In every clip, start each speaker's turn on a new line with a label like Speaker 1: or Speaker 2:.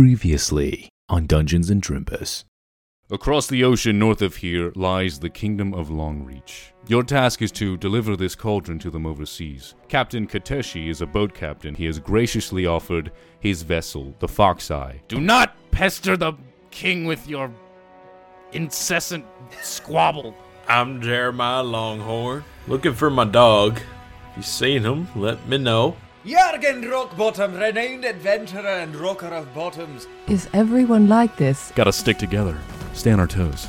Speaker 1: Previously on Dungeons and Drimbus.
Speaker 2: Across the ocean north of here lies the Kingdom of Longreach. Your task is to deliver this cauldron to them overseas. Captain Kateshi is a boat captain. He has graciously offered his vessel, the Fox Eye.
Speaker 3: Do not pester the king with your incessant squabble.
Speaker 4: I'm Jeremiah Longhorn, looking for my dog. If you seen him, let me know.
Speaker 5: Jürgen Rockbottom, renowned adventurer and rocker of bottoms.
Speaker 6: Is everyone like this?
Speaker 2: Gotta stick together, stay on our toes,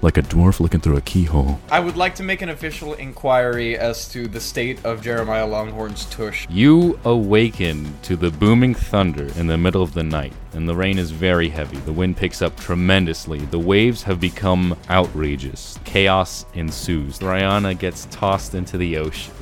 Speaker 2: like a dwarf looking through a keyhole.
Speaker 7: I would like to make an official inquiry as to the state of Jeremiah Longhorn's tush.
Speaker 2: You awaken to the booming thunder in the middle of the night, and the rain is very heavy. The wind picks up tremendously. The waves have become outrageous. Chaos ensues. Rihanna gets tossed into the ocean.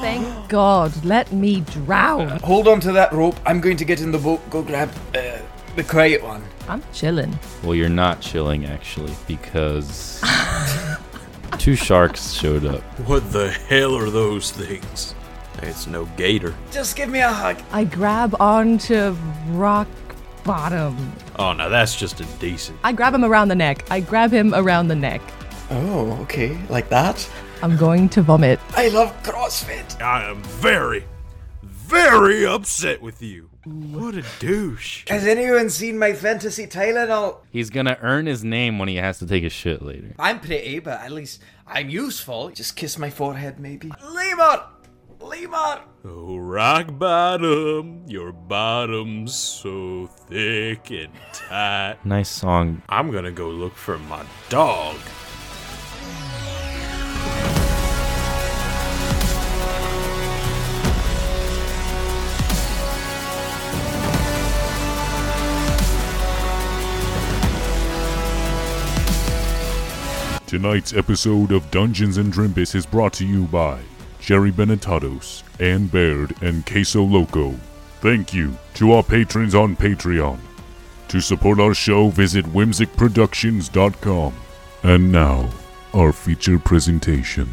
Speaker 6: Thank God, let me drown.
Speaker 5: Hold on to that rope. I'm going to get in the boat. Go grab uh, the quiet one.
Speaker 6: I'm chilling.
Speaker 2: Well, you're not chilling actually, because two sharks showed up.
Speaker 4: What the hell are those things? It's no gator.
Speaker 5: Just give me a hug.
Speaker 6: I grab onto rock bottom.
Speaker 4: Oh, now that's just indecent.
Speaker 6: I grab him around the neck. I grab him around the neck.
Speaker 5: Oh, okay. Like that?
Speaker 6: I'm going to vomit.
Speaker 5: I love CrossFit.
Speaker 4: I am very, very upset with you. What a douche.
Speaker 5: Has anyone seen my fantasy Tylenol?
Speaker 2: He's gonna earn his name when he has to take a shit later.
Speaker 5: I'm pretty, but at least I'm useful. Just kiss my forehead, maybe. Lemur! Lemur!
Speaker 4: Oh, rock bottom, your bottom's so thick and tight.
Speaker 2: Nice song.
Speaker 4: I'm gonna go look for my dog.
Speaker 8: Tonight's episode of Dungeons and Drimbus is brought to you by Jerry Benetados, Ann Baird, and Queso Loco. Thank you to our patrons on Patreon. To support our show, visit whimsicproductions.com. And now, our feature presentation.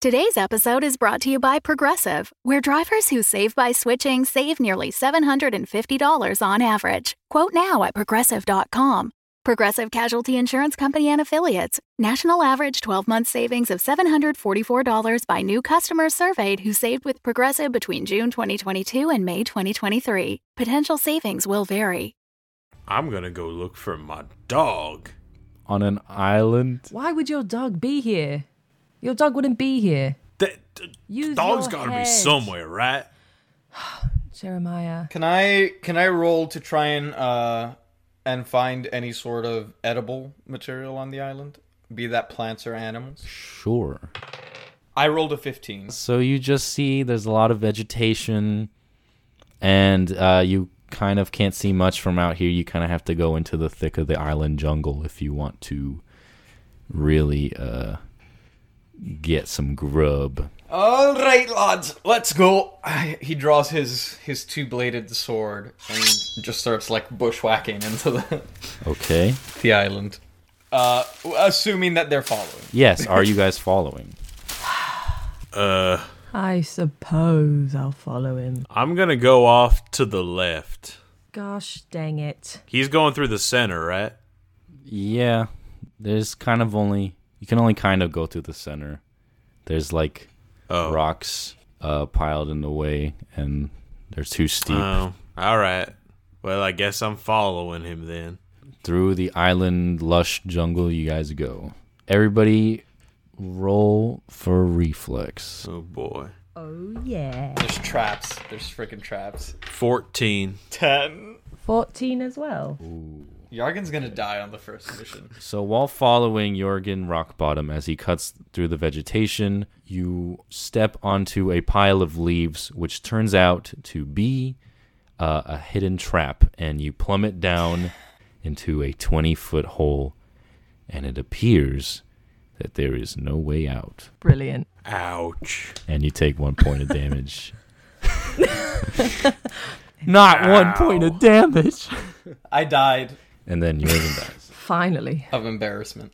Speaker 9: Today's episode is brought to you by Progressive, where drivers who save by switching save nearly $750 on average. Quote now at progressive.com. Progressive Casualty Insurance Company and Affiliates. National average 12 month savings of $744 by new customers surveyed who saved with Progressive between June 2022 and May 2023. Potential savings will vary.
Speaker 4: I'm gonna go look for my dog.
Speaker 2: On an island.
Speaker 6: Why would your dog be here? Your dog wouldn't be here.
Speaker 4: That d-
Speaker 6: Use
Speaker 4: dog's
Speaker 6: your
Speaker 4: gotta be
Speaker 6: head.
Speaker 4: somewhere, right?
Speaker 6: Jeremiah.
Speaker 7: Can I can I roll to try and uh and find any sort of edible material on the island? Be that plants or animals.
Speaker 2: Sure.
Speaker 7: I rolled a 15.
Speaker 2: So you just see there's a lot of vegetation, and uh, you kind of can't see much from out here. You kind of have to go into the thick of the island jungle if you want to really uh, get some grub.
Speaker 7: All right, lads, let's go. He draws his his two-bladed sword and just starts like bushwhacking into the
Speaker 2: Okay.
Speaker 7: the island. Uh, assuming that they're following.
Speaker 2: Yes. Are you guys following?
Speaker 4: Uh,
Speaker 6: I suppose I'll follow him.
Speaker 4: I'm gonna go off to the left.
Speaker 6: Gosh dang it.
Speaker 4: He's going through the center, right?
Speaker 2: Yeah. There's kind of only you can only kind of go through the center. There's like
Speaker 4: Oh.
Speaker 2: rocks uh, piled in the way, and they're too steep.
Speaker 4: Oh, all right. Well, I guess I'm following him then.
Speaker 2: through the island lush jungle you guys go. Everybody roll for reflex.
Speaker 4: Oh boy.
Speaker 6: Oh, yeah.
Speaker 7: There's traps. There's freaking traps.
Speaker 4: 14.
Speaker 7: Ten.
Speaker 6: 14 as well.
Speaker 7: Yargan's gonna die on the first mission.
Speaker 2: So while following Jorgen rock bottom as he cuts through the vegetation, you step onto a pile of leaves which turns out to be uh, a hidden trap and you plummet down into a 20 foot hole and it appears that there is no way out.
Speaker 6: Brilliant.
Speaker 4: Ouch.
Speaker 2: And you take one point of damage. Not one point of damage.
Speaker 7: I died
Speaker 2: And then Jorgen dies.
Speaker 6: Finally.
Speaker 7: of embarrassment.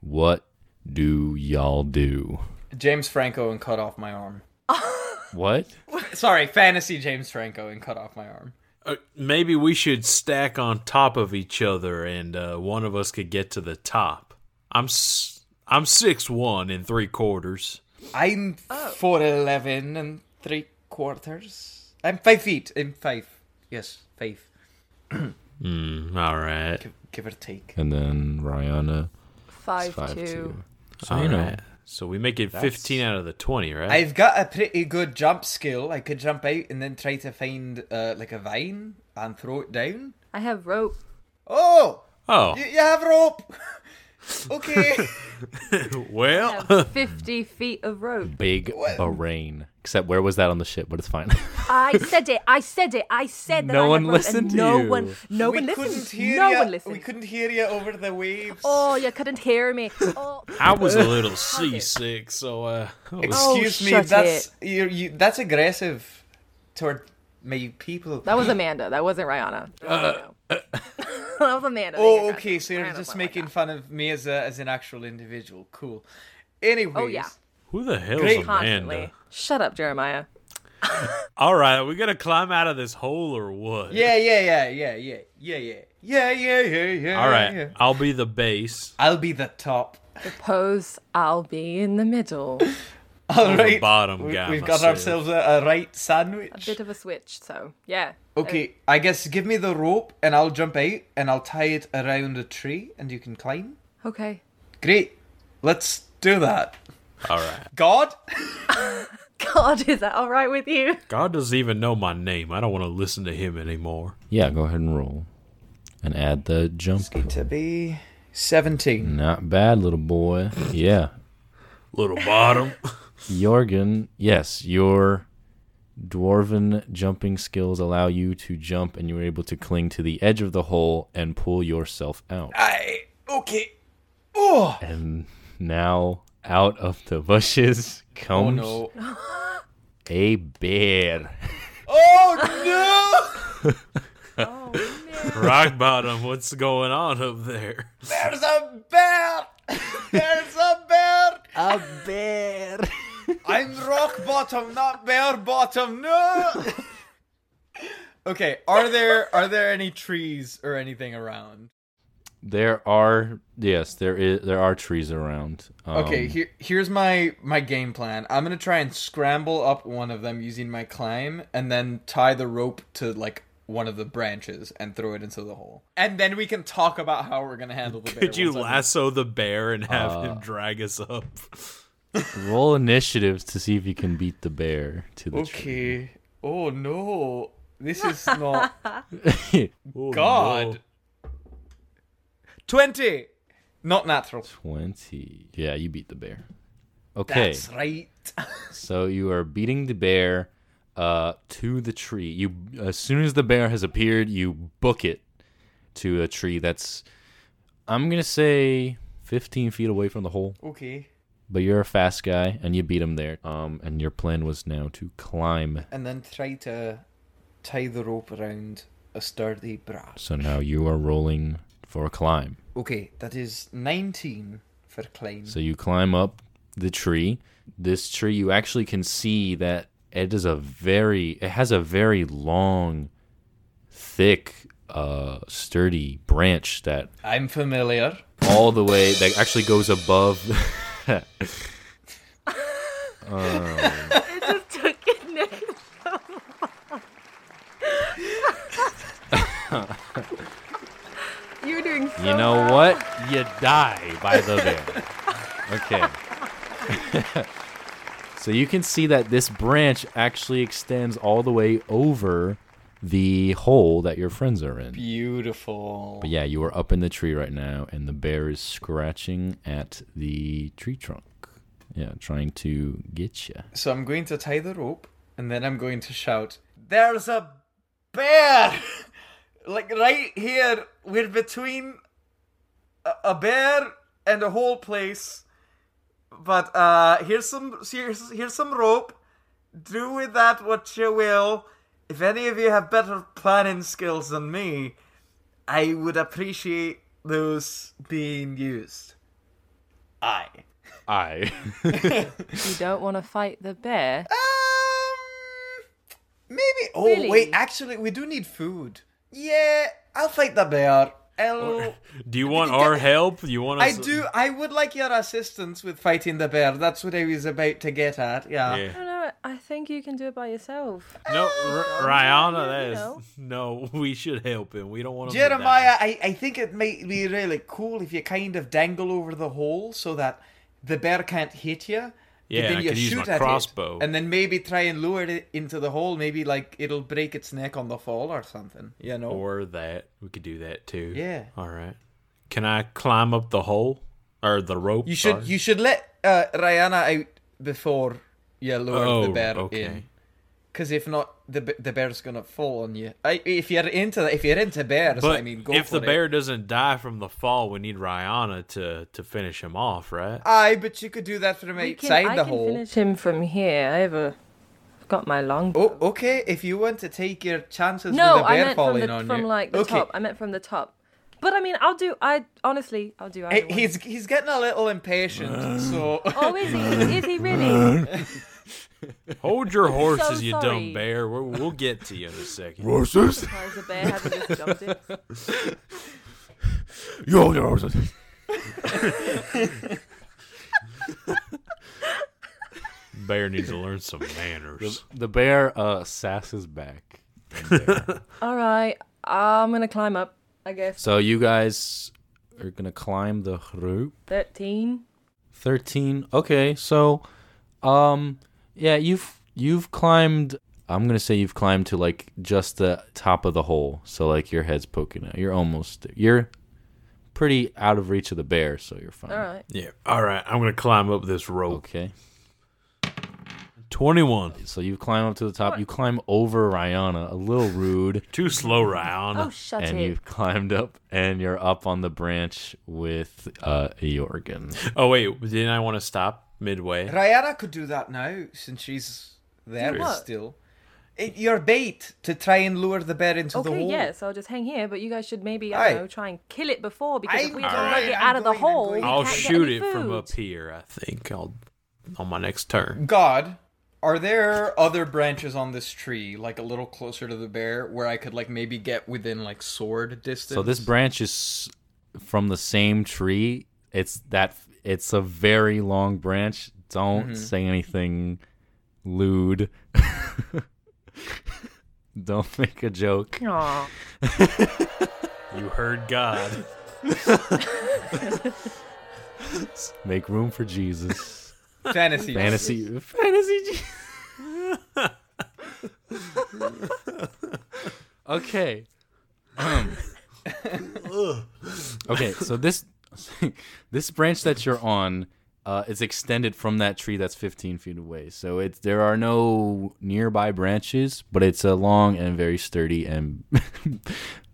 Speaker 2: What do y'all do?
Speaker 7: James Franco and cut off my arm.
Speaker 2: What?
Speaker 7: Sorry, fantasy James Franco and cut off my arm.
Speaker 4: Uh, maybe we should stack on top of each other, and uh, one of us could get to the top. I'm s- I'm six one and three quarters.
Speaker 7: I'm
Speaker 6: Oh.
Speaker 7: four eleven and three quarters. I'm five feet. I'm five. Yes, five.
Speaker 4: Mm, all right.
Speaker 7: Give, give or take.
Speaker 2: And then Rihanna
Speaker 6: Five,
Speaker 2: five
Speaker 6: two.
Speaker 2: two. So
Speaker 4: All
Speaker 2: you know,
Speaker 4: right. So we make it fifteen out of the twenty, right?
Speaker 7: I've got a pretty good jump skill. I could jump out and then try to find uh, like a vine and throw it down.
Speaker 6: I have rope.
Speaker 7: Oh,
Speaker 4: oh
Speaker 7: you, you have rope. okay.
Speaker 6: I
Speaker 4: well.
Speaker 6: have 50 feet of rope.
Speaker 2: big brain. Except where was that on the ship? But it's fine.
Speaker 6: I said it. I said it. I said that.
Speaker 2: No
Speaker 6: I had
Speaker 2: one
Speaker 6: rope, and
Speaker 2: listened to
Speaker 6: no
Speaker 2: you.
Speaker 6: One, no one listened.
Speaker 7: couldn't hear
Speaker 6: no
Speaker 7: ya.
Speaker 6: one listened.
Speaker 7: We couldn't hear you over the waves.
Speaker 6: Oh, you couldn't hear me. Oh,
Speaker 4: I was a little seasick, so uh, I was-
Speaker 7: Excuse
Speaker 6: Oh,
Speaker 7: me.
Speaker 6: shut
Speaker 7: That's you you, that's aggressive toward my people.
Speaker 6: that was Amanda. That wasn't Rihanna. Just so you know. that was Amanda. being
Speaker 7: Oh,
Speaker 6: aggressive.
Speaker 7: okay. So you're
Speaker 6: Rihanna's
Speaker 7: just
Speaker 6: not like
Speaker 7: making
Speaker 6: that.
Speaker 7: fun of me as a, as an actual individual. Cool. Anyways,
Speaker 6: Oh,
Speaker 4: who the hell's
Speaker 7: Great.
Speaker 4: Amanda?
Speaker 6: constantly. Shut up, Jeremiah.
Speaker 4: All right, we gotta climb out of this hole or what?
Speaker 7: yeah, yeah, yeah, yeah, yeah, yeah, yeah, yeah, yeah, yeah, yeah.
Speaker 4: All right,
Speaker 7: yeah.
Speaker 4: I'll be the base.
Speaker 7: I'll be the top.
Speaker 6: Suppose I'll be in the middle.
Speaker 7: All
Speaker 4: the
Speaker 7: right,
Speaker 4: bottom
Speaker 7: we,
Speaker 4: guy
Speaker 7: We've got
Speaker 4: myself.
Speaker 7: ourselves a, a right
Speaker 6: A
Speaker 7: sandwich.
Speaker 6: bit of a switch, so yeah.
Speaker 7: Okay, I guess give me the rope and I'll jump out and I'll tie it around a tree and you can climb.
Speaker 6: Okay.
Speaker 7: Great, let's do that.
Speaker 4: All right.
Speaker 7: God,
Speaker 6: God, is that all right with you?
Speaker 4: God doesn't even know my name. I don't want to listen to him anymore.
Speaker 2: yeah, go ahead and roll, and add the jump.
Speaker 7: to be seventeen.
Speaker 2: Not bad, little boy. Yeah,
Speaker 4: Little bottom.
Speaker 2: Jorgen, yes, your dwarven jumping skills allow you to jump and you're able to cling to the edge of the hole and pull yourself out.
Speaker 7: I okay. Oh,
Speaker 2: And now out of the bushes comes
Speaker 7: no.
Speaker 2: a bear.
Speaker 7: Oh no!
Speaker 4: Rock bottom. What's going on up there?
Speaker 7: There's a bear! There's a bear!
Speaker 2: A bear.
Speaker 7: I'm rock bottom, not bear bottom. No. okay, are there are there any trees or anything around?
Speaker 2: There are yes, there is there are trees around. Um,
Speaker 7: Okay, here here's my my game plan. I'm going to try and scramble up one of them using my climb and then tie the rope to like one of the branches and throw it into the hole. And then we can talk about how we're going to handle the bear.
Speaker 4: Could you
Speaker 7: once I'm-
Speaker 4: lasso the bear and have him drag us up?
Speaker 2: roll initiatives to see if you can beat the bear to the
Speaker 7: Okay. Oh no. This is not
Speaker 2: tree.
Speaker 4: Oh,
Speaker 7: God. 20. Not natural.
Speaker 2: 20. Yeah, you beat the bear. Okay.
Speaker 7: That's right.
Speaker 2: So you are beating the bear uh, to the tree. You as soon as the bear has appeared, you book it to a tree that's I'm gonna say 15 feet away from the hole.
Speaker 7: Okay.
Speaker 2: But you're a fast guy, and you beat him there. Um, and your plan was now to climb.
Speaker 7: And then try to tie the rope around a sturdy brass.
Speaker 2: So now you are rolling for a climb.
Speaker 7: Okay, that is 19 for climb.
Speaker 2: So you climb up the tree. This tree, you actually can see that it is a very, it has a very long, thick, uh, sturdy branch that
Speaker 7: I'm familiar.
Speaker 2: all the way that actually goes above.
Speaker 6: It just took it, Nick. You're doing so
Speaker 2: you know
Speaker 6: well.
Speaker 2: what? You die by the bear. Okay. so you can see that this branch actually extends all the way over the hole that your friends are in.
Speaker 7: Beautiful.
Speaker 2: But yeah, you are up in the tree right now, and the bear is scratching at the tree trunk. Yeah, trying to get you.
Speaker 7: So I'm going to tie the rope, and then I'm going to shout, There's a bear! like right here, we're between a, a bear and the whole place. But uh, here's some here's, here's some rope. Do with that what you will. If any of you have better planning skills than me, I would appreciate those being used. I.
Speaker 2: I.
Speaker 6: You don't want to fight the bear.
Speaker 7: Um,
Speaker 5: Maybe. Oh
Speaker 6: Really?
Speaker 5: wait, actually, we do need food. Yeah, I'll fight the bear.
Speaker 4: Oh,
Speaker 5: I'll.
Speaker 4: Do you want our help? You want
Speaker 5: I
Speaker 4: us?
Speaker 5: do. I would like your assistance with fighting the bear. That's what I was about to get at. Yeah.
Speaker 4: Yeah.
Speaker 6: I don't know. I think you can do it by yourself.
Speaker 4: No, R- Rihanna, that
Speaker 6: you
Speaker 4: is.
Speaker 6: know.
Speaker 4: No, we should help him. We don't want him to die.
Speaker 5: Jeremiah, I, I think it might be really cool if you kind of dangle over the hole so that the bear can't hit you.
Speaker 4: Yeah,
Speaker 5: but then
Speaker 4: I
Speaker 5: you
Speaker 4: could use
Speaker 5: shoot
Speaker 4: my
Speaker 5: at it,
Speaker 4: crossbow.
Speaker 5: and then maybe try and lure it into the hole. Maybe like it'll break its neck on the fall or something. You know.
Speaker 4: Or that. We could do that too.
Speaker 5: Yeah.
Speaker 4: All right. Can I climb up the hole? Or the rope?
Speaker 5: you should
Speaker 4: sorry?
Speaker 5: you should let uh, Rihanna out before you lure the
Speaker 4: Oh,
Speaker 5: bear
Speaker 4: okay.
Speaker 5: in. Because if not, the b- the bear's gonna fall on you. I, if you're into that, if you're into bears,
Speaker 4: But
Speaker 5: I mean, go
Speaker 4: if
Speaker 5: for
Speaker 4: the
Speaker 5: it.
Speaker 4: bear doesn't die from the fall, we need Rihanna to, to finish him off, right?
Speaker 5: aye, but you could do that from
Speaker 6: We
Speaker 5: outside
Speaker 6: can, I
Speaker 5: the
Speaker 6: can
Speaker 5: hole.
Speaker 6: finish him from here. I have a, I've got my long.
Speaker 5: Oh, okay. If you want to take your chances
Speaker 6: no,
Speaker 5: with the
Speaker 6: I
Speaker 5: bear
Speaker 6: meant from
Speaker 5: falling
Speaker 6: the
Speaker 5: on
Speaker 6: from
Speaker 5: you,
Speaker 6: like the
Speaker 5: okay.
Speaker 6: top. I meant from the top. But I mean, I'll do. I honestly, I'll do.
Speaker 5: Hey,
Speaker 6: either one.
Speaker 5: Eh, he's he's getting a little
Speaker 4: Uh.
Speaker 5: impatient, so
Speaker 6: Oh, is he? Is he really?
Speaker 4: Hold your horses, you
Speaker 6: sorry.
Speaker 4: dumb bear. We're, we'll get to you in a second.
Speaker 1: Horses?
Speaker 6: Surprised the bear hasn't just jumped in.
Speaker 1: You hold your horses.
Speaker 4: bear needs to learn some manners.
Speaker 2: the bear uh, sasses back.
Speaker 6: All right, I'm gonna climb up. I guess
Speaker 2: So you guys are gonna climb the rope.
Speaker 6: thirteen.
Speaker 2: 13 okay so um yeah you've you've climbed i'm gonna say you've climbed to like just the top of the hole so like your head's poking out you're almost you're pretty out of reach of the bear so you're fine
Speaker 6: All right.
Speaker 4: Yeah. All right. I'm going to climb up this rope.
Speaker 2: okay
Speaker 4: 21.
Speaker 2: so you climb up to the top you climb over rihanna a little rude
Speaker 4: Too slow, Rihanna.
Speaker 6: Oh, shut
Speaker 2: and
Speaker 6: it.
Speaker 2: you've climbed up and you're up on the branch with uh jorgen
Speaker 4: Oh wait, didn't I want to stop midway?
Speaker 5: Rihanna could do that now since she's there
Speaker 6: what?
Speaker 5: still. It, your bait to try and lure the bear into the
Speaker 6: Okay,
Speaker 5: hole.
Speaker 6: yes, I'll just hang here, but you guys should maybe, I don't
Speaker 5: Aye.
Speaker 6: know, try and kill it before because if
Speaker 5: I'm
Speaker 6: we don't
Speaker 4: going,
Speaker 6: get
Speaker 5: I'm
Speaker 6: out of the
Speaker 5: going, I'm
Speaker 6: hole,
Speaker 5: going.
Speaker 6: we
Speaker 4: I'll
Speaker 6: can't
Speaker 4: shoot
Speaker 6: get any
Speaker 4: it from
Speaker 6: food.
Speaker 4: up here. I think I'll on my next turn.
Speaker 7: God, are there other branches on this tree, like a little closer to the bear, where I could like maybe get within like sword distance?
Speaker 2: So this branch is from the same tree. It's that it's a very long branch. Don't say anything lewd. Don't make a joke.
Speaker 6: Aw.
Speaker 4: You heard God.
Speaker 2: Make room for Jesus.
Speaker 7: fantasy.
Speaker 2: fantasy fantasy Je- Okay. Um. okay, so this this branch that you're on uh, is extended from that tree that's 15 feet away. So it's there are no nearby branches, but it's a long and very sturdy and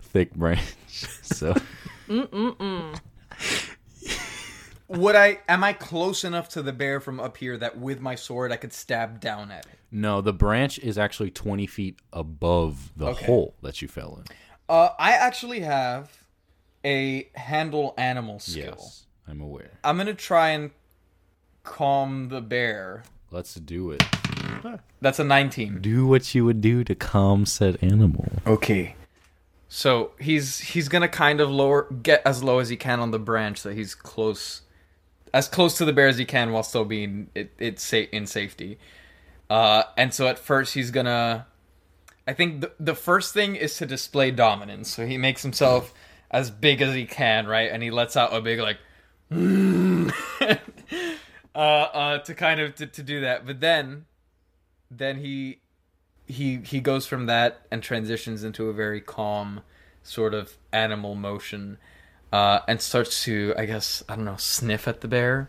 Speaker 2: thick branch. So
Speaker 7: Would I? Am I close enough to the bear from up here that with my sword I could stab down at it?
Speaker 2: no, the branch is actually 20 feet above the hole that you fell in.
Speaker 7: Uh, I actually have a handle animal skill.
Speaker 2: Yes, I'm aware.
Speaker 7: I'm gonna try and calm the bear.
Speaker 2: Let's do it.
Speaker 7: That's a 19.
Speaker 2: Do what you would do to calm said animal.
Speaker 7: Okay. So he's he's gonna kind of lower get as low as he can on the branch so he's close as close to the bear as he can while still being it, it sa- in safety. Uh and so at first he's gonna I think the, the first thing is to display dominance. So he makes himself as big as he can, right? And he lets out a big like uh uh to kind of to, to do that. But then then he he he goes from that and transitions into a very calm sort of animal motion uh, and starts to i guess i don't know sniff at the bear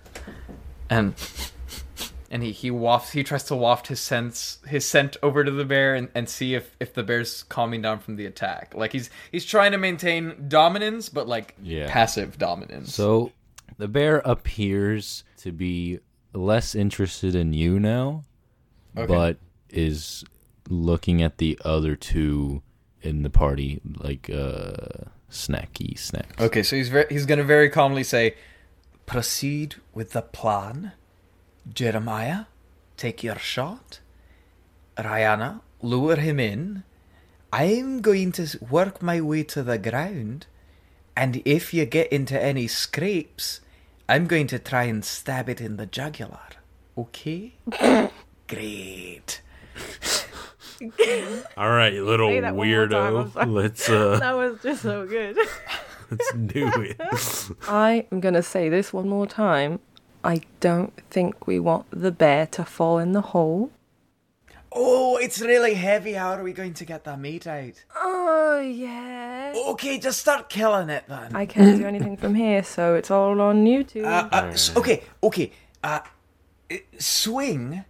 Speaker 7: and and he he wafts he tries to waft his sense his scent over to the bear and, and see if if the bear's calming down from the attack like he's he's trying to maintain dominance but like
Speaker 2: Yeah.
Speaker 7: passive dominance
Speaker 2: So The bear appears to be less interested in you now, but is looking at the other two in the party like uh, snacky snacks.
Speaker 7: Okay, so he's very, he's going to very calmly say, "Proceed with the plan, Jeremiah. Take your shot. Rihanna, lure him in. I'm going to s- work my way to the ground, and if you get into any scrapes, I'm going to try and stab it in the jugular. Okay? Great.
Speaker 4: All right, little
Speaker 6: Say that one more time, I'm sorry.
Speaker 4: weirdo. Let's uh
Speaker 6: That was just so good.
Speaker 4: let's do it.
Speaker 6: I am going to say this one more time. I don't think we want the bear to fall in the hole.
Speaker 5: Oh, it's really heavy. How are we going to get that meat out?
Speaker 6: Oh, yeah.
Speaker 4: Oh.
Speaker 5: Okay, just start killing it then.
Speaker 6: I can't do anything from here, so it's all on you two.
Speaker 5: Uh, uh, s- okay, okay. Uh, uh, swing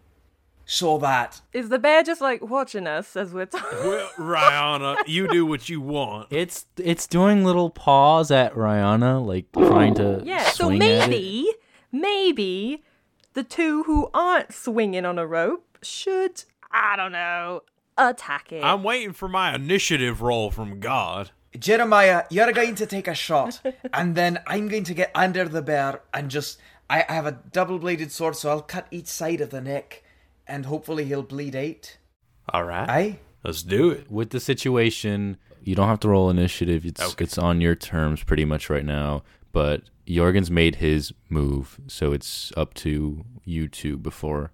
Speaker 5: so that
Speaker 6: Is the bear just like watching us as we're talking?
Speaker 4: Well, Rihanna, you do what you want.
Speaker 2: It's it's doing little paws at Rihanna, like trying to
Speaker 6: Yeah, so
Speaker 2: swing at it.
Speaker 6: maybe, maybe the two who aren't swinging on a rope should, I don't know, attack it.
Speaker 4: I'm waiting for my initiative roll from God.
Speaker 5: Jeremiah, you're going to take a shot, and then I'm going to get under the bear and just. I I have a double bladed sword, so I'll cut each side of the neck, and hopefully he'll bleed out.
Speaker 4: All right,
Speaker 5: Aye?
Speaker 4: let's do it.
Speaker 2: with the situation, you don't have to roll initiative. It's
Speaker 4: Okay.
Speaker 2: it's on your terms pretty much right now. But Jorgen's made his move, so it's up to you two before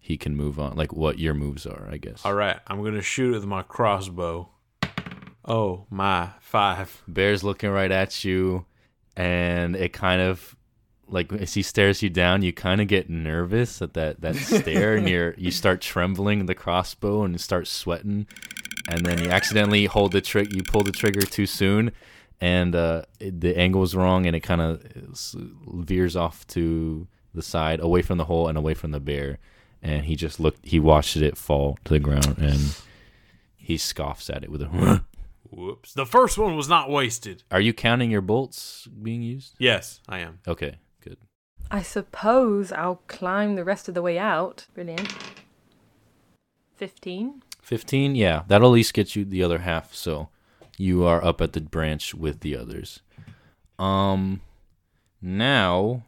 Speaker 2: he can move on. Like what your moves are, I guess.
Speaker 4: All right, I'm gonna shoot it with my crossbow. Oh my five!
Speaker 2: Bear's looking right at you, and it kind of like as he stares you down, you kind of get nervous at that that stare, and you you start trembling the crossbow and start sweating, and then you accidentally hold the trick, you pull the trigger too soon, and uh, it- the angle is wrong, and it kind of veers off to the side, away from the hole and away from the bear, and he just looked, he watched it fall to the ground, and he scoffs at it with a.
Speaker 4: Whoops! The first one was not wasted.
Speaker 2: Are you counting your bolts being used?
Speaker 4: Yes, I am.
Speaker 2: Okay, good.
Speaker 6: I suppose I'll climb the rest of the way out. Brilliant. 15.
Speaker 2: 15, yeah. That'll at least get you the other half, so you are up at the branch with the others. Um now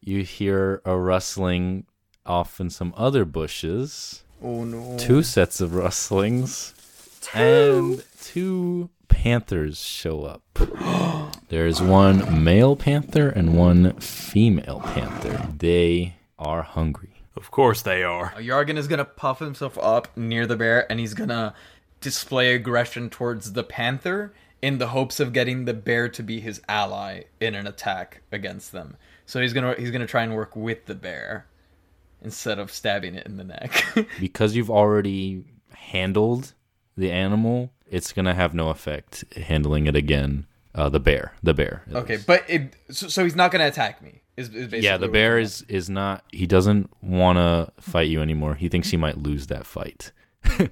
Speaker 2: you hear a rustling off in some other bushes.
Speaker 7: Oh no.
Speaker 2: Two sets of rustlings. And two panthers show up. there is one male panther and one female panther. They are hungry.
Speaker 4: Of course they are.
Speaker 7: Yargan is gonna puff himself up near the bear and he's gonna display aggression towards the panther in the hopes of getting the bear to be his ally in an attack against them. So he's gonna he's gonna try and work with the bear instead of stabbing it in the neck.
Speaker 2: because you've already handled the animal, it's gonna have no effect handling it again. Uh, the bear, the bear. at
Speaker 7: okay,
Speaker 2: least.
Speaker 7: but it so, so he's not gonna attack me. Is, is basically
Speaker 2: yeah, the
Speaker 7: what-
Speaker 2: bear is is not. He doesn't want to fight you anymore. He thinks he might lose that fight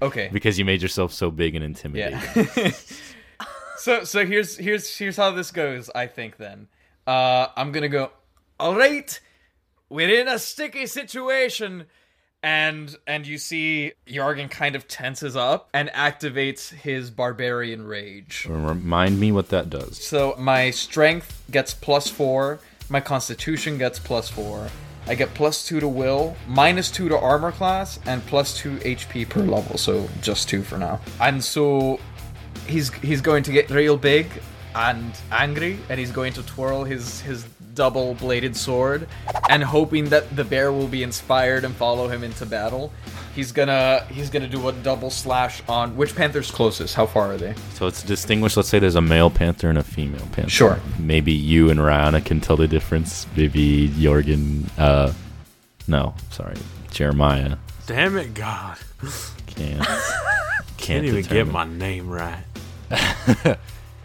Speaker 7: okay.
Speaker 2: because you made yourself so big and intimidating.
Speaker 7: Yeah. so so here's here's here's how this goes. I think then uh, I'm gonna go. All right, we're in a sticky situation, and and you see Yargan kind of tenses up and activates his barbarian rage.
Speaker 2: Remind me what that does.
Speaker 7: So my strength gets plus four, my constitution gets plus four. I get plus two to will, minus two to armor class, and plus two HP per level. So just two for now. And so he's he's going to get real big and angry, and he's going to twirl his his double bladed sword, and hoping that the bear will be inspired and follow him into battle. He's gonna he's gonna do a double slash on which panther's closest. How far are they?
Speaker 2: So it's distinguished. Let's say there's a male panther and a female panther.
Speaker 7: Sure.
Speaker 2: Maybe you and Rihanna can tell the difference. Maybe Jorgen. Uh, no, sorry, Jeremiah
Speaker 4: Damn it, God!
Speaker 2: can't.
Speaker 4: Can't even
Speaker 2: determine.
Speaker 4: get my name right.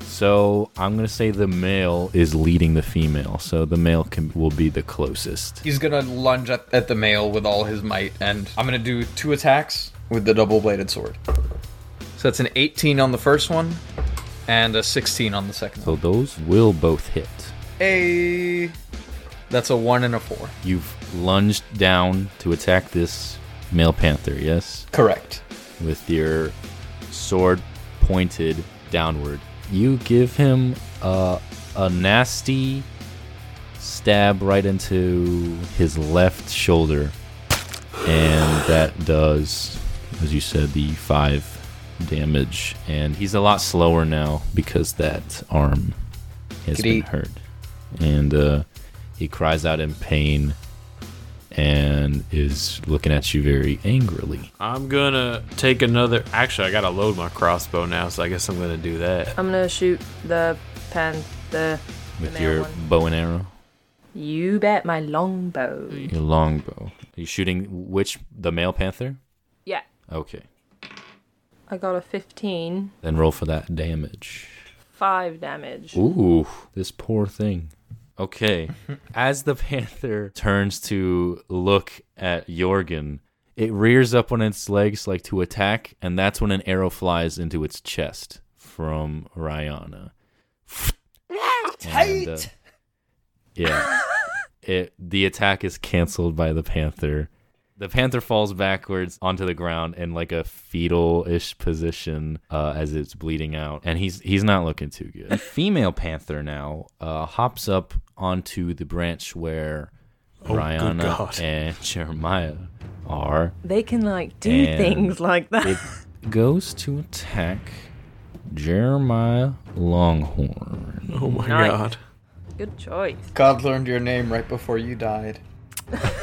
Speaker 2: So I'm gonna say the male is leading the female, so the male can will be the closest.
Speaker 7: He's gonna lunge at, at the male with all his might, and I'm gonna do two attacks with the double bladed sword. So that's an 18 on the first one, and a 16 on the second one.
Speaker 2: So those will both hit.
Speaker 7: A That's a one and a four.
Speaker 2: You've lunged down to attack this male panther, yes?
Speaker 7: Correct.
Speaker 2: With your sword pointed downward. You give him a, a nasty stab right into his left shoulder. And that does, as you said, the five damage. And he's a lot slower now because that arm has been
Speaker 7: Great.
Speaker 2: hurt. And uh, he cries out in pain and is looking at you very angrily.
Speaker 4: I'm gonna take another. Actually, I gotta load my crossbow now, so I guess I'm gonna do that.
Speaker 6: I'm gonna shoot the pan the
Speaker 2: With
Speaker 6: male
Speaker 2: your
Speaker 6: one.
Speaker 2: bow and arrow,
Speaker 6: You bet my longbow.
Speaker 2: your longbow. You're shooting which? The male panther?
Speaker 6: Yeah.
Speaker 2: Okay.
Speaker 6: I got a 15.
Speaker 2: Then roll for that damage.
Speaker 6: Five damage.
Speaker 2: Ooh, this poor thing. Okay. As the panther turns to look at Jorgen, it rears up on its legs like to attack, and that's when an arrow flies into its chest from Rihanna. And, uh, yeah. It the attack is canceled by the panther. The panther falls backwards onto the ground in like a fetal-ish position uh, as it's bleeding out, and he's he's not looking too good. The female panther now uh, hops up onto the branch where
Speaker 4: Oh, good God.
Speaker 2: Rihanna and Jeremiah are.
Speaker 6: They can like do
Speaker 2: And
Speaker 6: things like that.
Speaker 2: It goes to attack Jeremiah Longhorn.
Speaker 4: Oh my
Speaker 6: Nice.
Speaker 4: god.
Speaker 6: Good choice.
Speaker 7: God learned your name right before you died.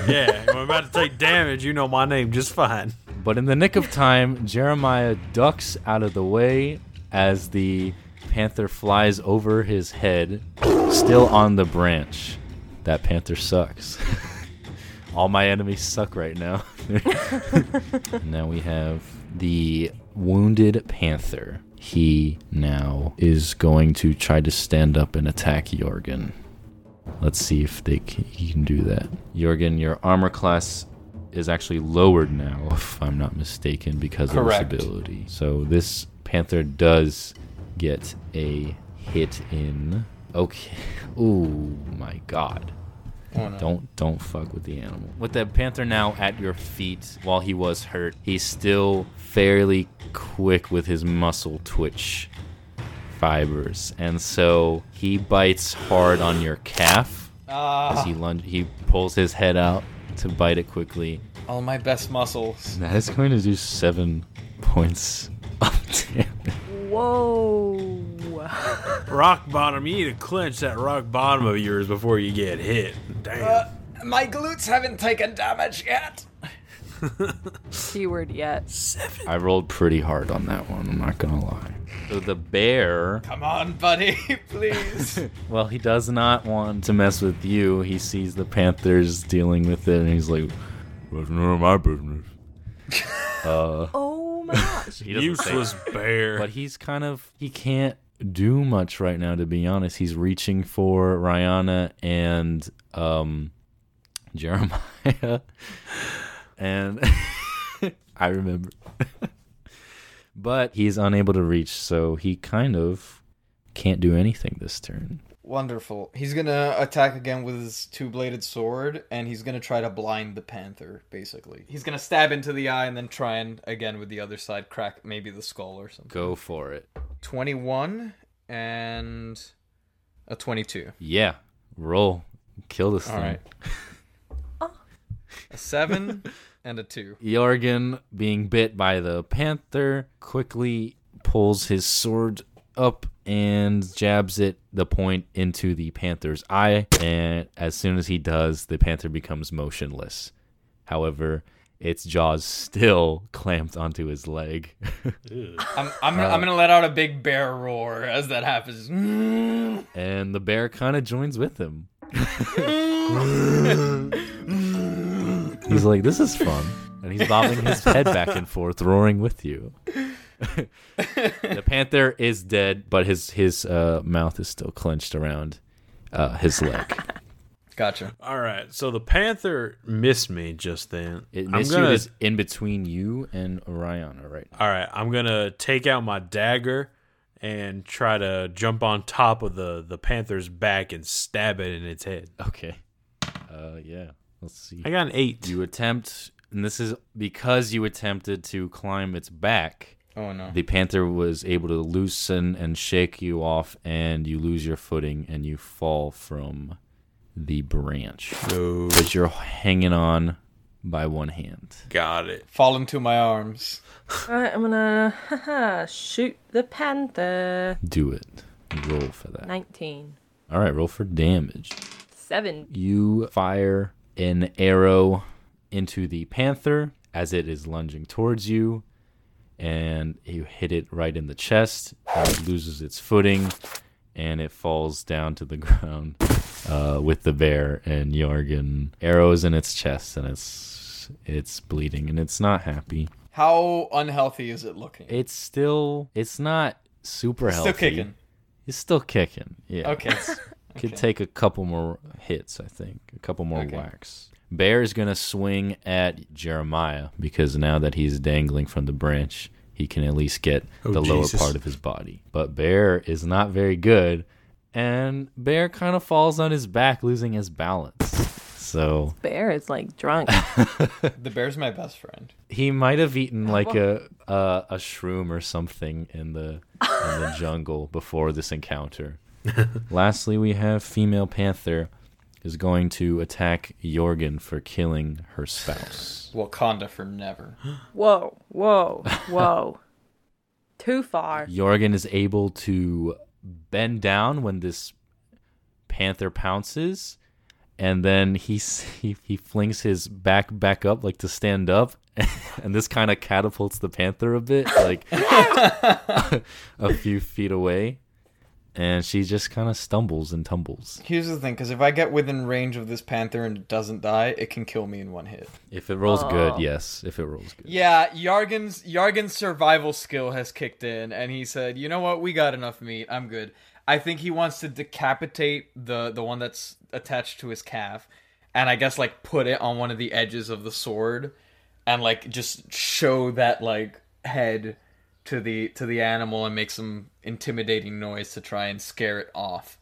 Speaker 4: Yeah, I'm about to take damage. You know my name just fine.
Speaker 2: But in the nick of time, Jeremiah ducks out of the way as the panther flies over his head, still on the branch. That panther sucks. All my enemies suck right now. And now we have the wounded panther. He now is going to try to stand up and attack Jorgen. Let's see if they can, he can do that. Jorgen, your armor class is actually lowered now, if I'm not mistaken, because
Speaker 7: Correct.
Speaker 2: of this ability. So this panther does get a hit in. Okay. Ooh my god. Don't don't fuck with the animal. With the panther now at your feet while he was hurt, he's still fairly quick with his muscle twitch fibers. And so he bites hard on your calf as he lunge he pulls his head out to bite it quickly.
Speaker 7: All my best muscles.
Speaker 2: That is going to do seven points of damage.
Speaker 6: Whoa.
Speaker 4: Rock bottom. You need to clench that rock bottom of yours before you get hit. Damn.
Speaker 7: My glutes haven't taken damage yet.
Speaker 6: Keyword yet.
Speaker 2: I rolled pretty hard on that one, I'm not gonna lie. So the bear
Speaker 7: Come on, buddy, please.
Speaker 2: Well, he does not want to mess with you. He sees the Panthers dealing with it, and he's like,
Speaker 8: That's none of my business.
Speaker 6: Oh my gosh.
Speaker 2: he doesn't say
Speaker 4: Useless
Speaker 2: it.
Speaker 4: bear.
Speaker 2: But he's kind of he can't do much right now, to be honest. He's reaching for Rihanna and um, Jeremiah, and I remember. but he's unable to reach, so he kind of can't do anything this turn.
Speaker 7: Wonderful. He's gonna attack again with his two bladed sword, and he's gonna try to blind the panther, basically. He's gonna stab into the eye and then try and again with the other side crack maybe the skull or something.
Speaker 2: Go for it.
Speaker 7: 21 and a 22.
Speaker 2: Yeah, roll, kill this
Speaker 7: All
Speaker 2: thing.
Speaker 7: right. A 7 and a 2.
Speaker 2: Jorgen, being bit by the panther, quickly pulls his sword up and jabs it the point into the panther's eye. And as soon as he does, the panther becomes motionless. However, its jaws still clamped onto his leg.
Speaker 7: I'm, I'm, I'm gonna let out a big bear roar as that happens.
Speaker 2: and the bear kind of joins with him. he's like, "This is fun," and he's bobbing his head back and forth, roaring with you. the panther is dead, but his his uh, mouth is still clenched around uh, his leg.
Speaker 7: Gotcha.
Speaker 4: All right. So the panther missed me just then.
Speaker 2: It
Speaker 4: I'm
Speaker 2: missed
Speaker 4: gonna.
Speaker 2: you is in between you and Oriana right now.
Speaker 4: All right. I'm gonna take out my dagger and try to jump on top of the the panther's back and stab it in its head.
Speaker 2: Okay. Uh, yeah. Let's see.
Speaker 4: I got an eight.
Speaker 2: You attempt, and this is because you attempted to climb its back.
Speaker 7: Oh no.
Speaker 2: The panther was able to loosen and shake you off, and you lose your footing and you fall from the branch. But you're hanging on by one hand.
Speaker 4: got it.
Speaker 7: Fall into my arms.
Speaker 6: Alright, I'm gonna haha, shoot the panther.
Speaker 2: Do it. Roll for that.
Speaker 6: 19.
Speaker 2: All right, roll for damage.
Speaker 6: 7.
Speaker 2: You fire an arrow into the panther as it is lunging towards you, and you hit it right in the chest. And it loses its footing, and it falls down to the ground uh, with the bear and Jorgen. Arrows in its chest, and it's it's bleeding, and it's not happy.
Speaker 7: How unhealthy is it looking?
Speaker 2: It's still it's not super healthy.
Speaker 7: Still kicking.
Speaker 2: It's still kicking. Yeah.
Speaker 7: Okay.
Speaker 2: Could take a couple more hits, I think. A couple more whacks. Bear is going to swing at Jeremiah because now that he's dangling from the branch, he can at least get
Speaker 4: Oh,
Speaker 2: the
Speaker 4: Jesus.
Speaker 2: lower part of his body. But Bear is not very good, and Bear kind of falls on his back, losing his balance. So
Speaker 6: Bear is like drunk.
Speaker 7: the bear's my best friend.
Speaker 2: he might have eaten like a, a a shroom or something in the in the jungle before this encounter. Lastly, we have female panther is going to attack Jorgen for killing her spouse.
Speaker 7: Wakanda for never.
Speaker 6: whoa, whoa, whoa. Too far.
Speaker 2: Jorgen is able to bend down when this panther pounces, and then he s- he, he flings his back back up like to stand up, and this kind of catapults the panther a bit, like a few feet away, and she just kind of stumbles and tumbles.
Speaker 7: Here's the thing, because if I get within range of this panther and it doesn't die, it can kill me in one hit.
Speaker 2: If it rolls
Speaker 6: Aw.
Speaker 2: good, yes. If it rolls good,
Speaker 7: Yeah, Yargan's Yargan's survival skill has kicked in, and he said, "You know what? We got enough meat. I'm good." I think he wants to decapitate the the one that's attached to his calf, and I guess like put it on one of the edges of the sword, and like just show that like head to the to the animal and make some intimidating noise to try and scare it off.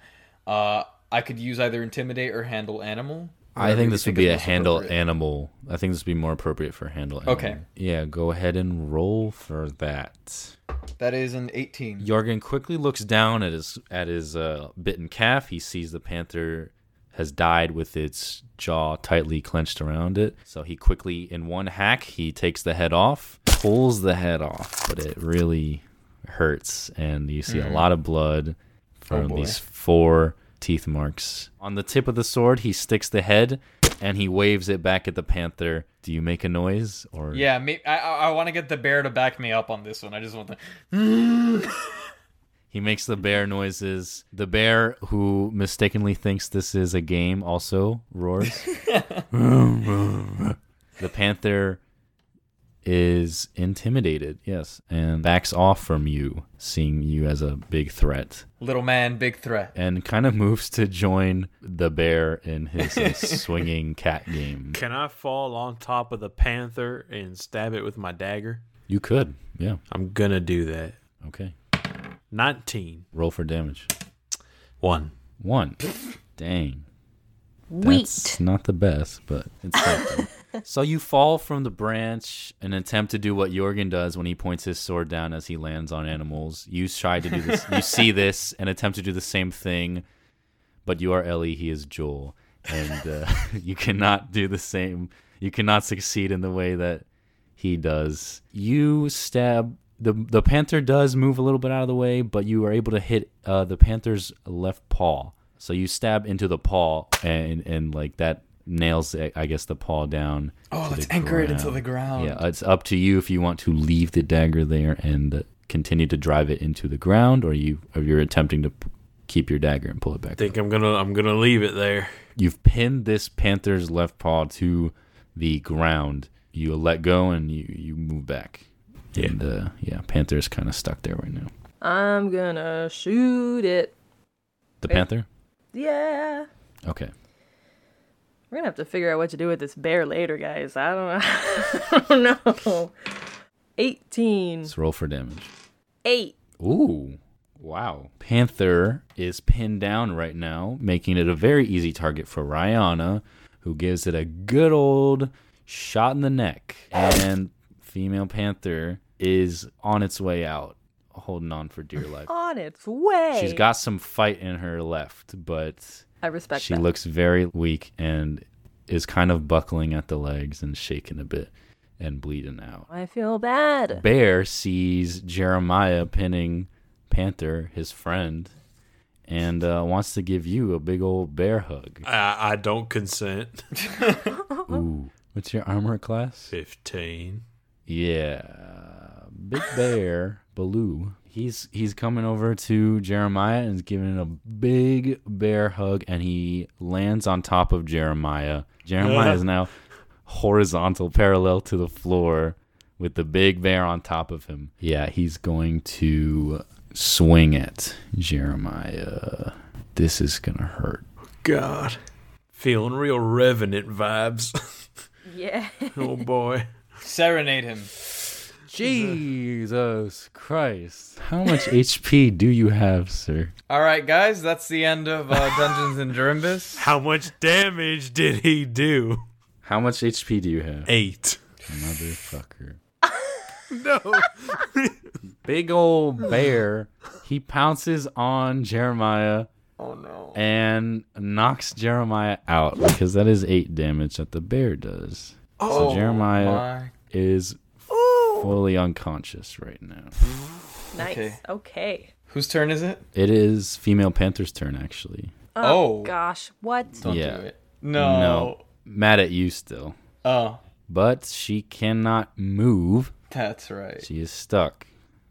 Speaker 7: Uh, I could use either intimidate or handle animal.
Speaker 2: I think this would be a handle
Speaker 7: animal.
Speaker 2: animal. I think this would be more appropriate for handle. Animal.
Speaker 7: Okay.
Speaker 2: Yeah, go ahead and roll for that.
Speaker 7: That is an eighteen.
Speaker 2: Jorgen quickly looks down at his at his uh, bitten calf. He sees the panther has died with its jaw tightly clenched around it. So he quickly, in one hack, he takes the head off, pulls the head off, but it really hurts, and you see a lot of blood from these four teeth marks. On the tip of the sword, he sticks the head and he waves it back at the panther. Do you make a noise or
Speaker 7: Yeah, me, I I, I want to get the bear to back me up on this one. I just want the
Speaker 2: He makes the bear noises. The bear, who mistakenly thinks this is a game, also roars. the panther is intimidated, yes, and backs off from you, seeing you as a big threat,
Speaker 7: little man, big threat.
Speaker 2: and kind of moves to join the bear in his uh, swinging cat game.
Speaker 4: Can I fall on top of the panther and stab it with my dagger?
Speaker 2: You could, yeah.
Speaker 4: I'm gonna do that.
Speaker 2: Okay.
Speaker 4: 19.
Speaker 2: Roll for damage.
Speaker 4: One.
Speaker 2: One. Dang.
Speaker 9: Wheat.
Speaker 2: That's not the best, but it's something. so you fall from the branch and attempt to do what Jorgen does when he points his sword down as he lands on animals. You try to do this. you see this and attempt to do the same thing, but you are Ellie. He is Joel, and uh, you cannot do the same. You cannot succeed in the way that he does. You stab the the panther does move a little bit out of the way, but you are able to hit uh, the panther's left paw. So you stab into the paw, and and like that nails I guess the paw down.
Speaker 7: Oh,
Speaker 2: to
Speaker 7: let's
Speaker 2: the
Speaker 7: anchor it into the ground.
Speaker 2: Yeah, it's up to you if you want to leave the dagger there and continue to drive it into the ground, or you or you're attempting to p- keep your dagger and pull it back.
Speaker 4: Think I'm gonna I'm gonna leave it there.
Speaker 2: You've pinned this panther's left paw to the ground. You let go and you, you move back.
Speaker 4: Yeah.
Speaker 2: And uh, yeah, panther's kind of stuck there right now.
Speaker 6: I'm gonna shoot it.
Speaker 2: The
Speaker 6: Okay.
Speaker 2: panther?
Speaker 6: Yeah.
Speaker 2: Okay.
Speaker 6: We're gonna have to figure out what to do with this bear later, guys. I don't know. I don't know. 18.
Speaker 2: Let's roll for damage.
Speaker 6: 8.
Speaker 2: Ooh. Wow. Panther is pinned down right now, making it a very easy target for Rihanna, who gives it a good old shot in the neck. And female panther is on its way out, holding on for dear life.
Speaker 6: On its way.
Speaker 2: She's got some fight in her left, but
Speaker 6: I respect
Speaker 2: she
Speaker 6: that.
Speaker 2: looks very weak and is kind of buckling at the legs and shaking a bit and bleeding out.
Speaker 6: I feel bad.
Speaker 2: Bear sees Jeremiah pinning Panther, his friend, and uh, wants to give you a big old bear hug.
Speaker 4: I, I don't consent.
Speaker 2: Ooh. What's your armor class?
Speaker 4: 15.
Speaker 2: Yeah. Big Bear, Baloo. He's he's coming over to Jeremiah and is giving a big bear hug and he lands on top of Jeremiah. Jeremiah is now horizontal parallel to the floor with the big bear on top of him. Yeah, he's going to swing at Jeremiah. This is going to hurt.
Speaker 4: God. Feeling real revenant vibes.
Speaker 6: Yeah.
Speaker 4: oh boy.
Speaker 7: Serenade him.
Speaker 2: Jesus Christ. How much HP do you have, sir?
Speaker 7: All right, guys, that's the end of uh, Dungeons and Jurimbus.
Speaker 4: How much damage did he do?
Speaker 2: How much HP do you have?
Speaker 4: Eight.
Speaker 2: Motherfucker.
Speaker 4: No.
Speaker 2: Big old bear. He pounces on Jeremiah. Oh no. And knocks Jeremiah out because that is eight damage that the bear does. Oh, so Jeremiah
Speaker 7: my.
Speaker 2: is fully unconscious right now.
Speaker 6: Nice. Okay.
Speaker 7: Okay. Whose turn is it?
Speaker 2: It is female panther's turn actually.
Speaker 7: Oh.
Speaker 6: Gosh, what?
Speaker 7: Don't
Speaker 2: yeah.
Speaker 7: do it. No.
Speaker 2: Mad at you still.
Speaker 7: Oh,
Speaker 2: But she cannot move.
Speaker 7: that's right.
Speaker 2: She is stuck.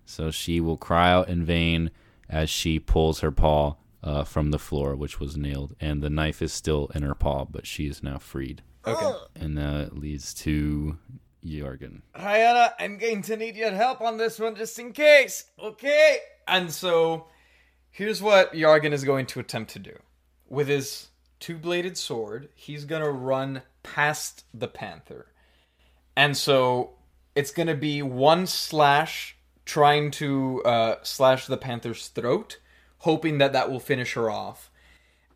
Speaker 2: So she will cry out in vain as she pulls her paw uh, from the floor, which was nailed, and the knife is still in her paw, but she is now freed.
Speaker 7: Okay.
Speaker 2: And uh, it leads to Jorgen.
Speaker 7: Rihanna, I'm going to need your help on this one just in case, okay? And so, here's what Yargan is going to attempt to do. With his two bladed sword, he's going to run past the panther. And so, it's going to be one slash trying to uh, slash the panther's throat, hoping that that will finish her off.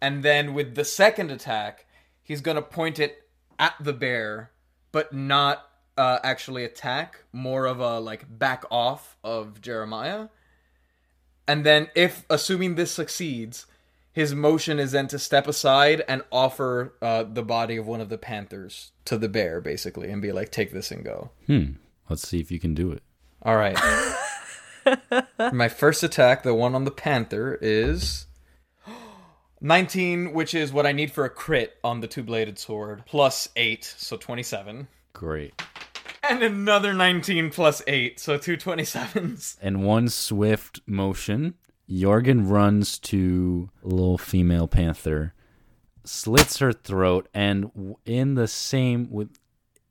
Speaker 7: And then with the second attack, he's going to point it at the bear, but not uh, actually attack, more of a like back off of Jeremiah. And then, if assuming this succeeds, his motion is then to step aside and offer uh, the body of one of the panthers to the bear, basically, and be like, take this and go.
Speaker 2: Hmm. Let's see if you can do it.
Speaker 7: All right. My first attack, the one on the panther, is 19, which is what I need for a crit on the two bladed sword, plus 8, so 27.
Speaker 2: Great.
Speaker 7: And another 19 plus 8, so two 27s.
Speaker 2: In one swift motion, Jorgen runs to little female panther, slits her throat, and w- in the same with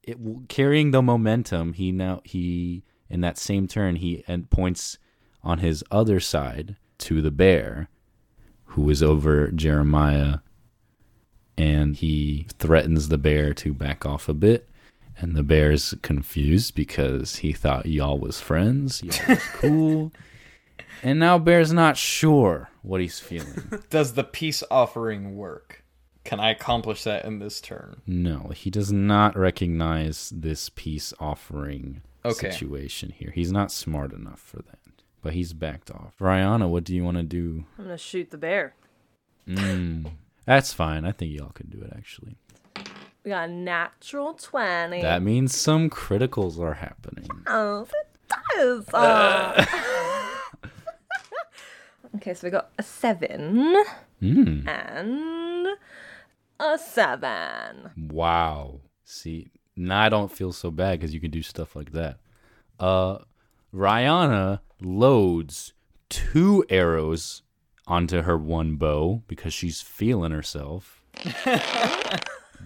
Speaker 2: it w- carrying the momentum, he now he in that same turn he and points on his other side to the bear, who is over Jeremiah, and he threatens the bear to back off a bit. And the bear's confused because he thought y'all was friends, y'all was cool. And now Bear's not sure what he's feeling.
Speaker 7: Does the peace offering work? Can I accomplish that in this turn?
Speaker 2: no, he does not recognize this peace offering
Speaker 7: Okay.
Speaker 2: situation here. He's not smart enough for that. But he's backed off. Brianna, what do you want to do?
Speaker 6: I'm gonna shoot the bear.
Speaker 2: Mm, that's fine. I think y'all can do it actually.
Speaker 6: We got a natural twenty.
Speaker 2: That means some criticals are happening.
Speaker 6: Oh, it does. Oh. okay, so we got a seven
Speaker 2: Mm.
Speaker 6: and a seven.
Speaker 2: Wow. See, now I don't feel so bad because you can do stuff like that. Uh, Rihanna loads two arrows onto her one bow because she's feeling herself.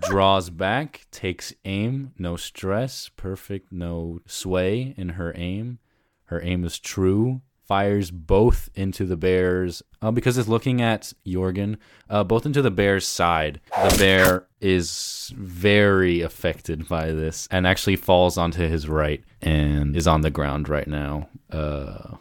Speaker 2: Draws back, takes aim, no stress, perfect, no sway in her aim. Her aim is true. Fires both into the bear's uh, because it's looking at Jorgen. Uh, both into the bear's side. The bear is very affected by this and actually falls onto his right and is on the ground right now. Uh,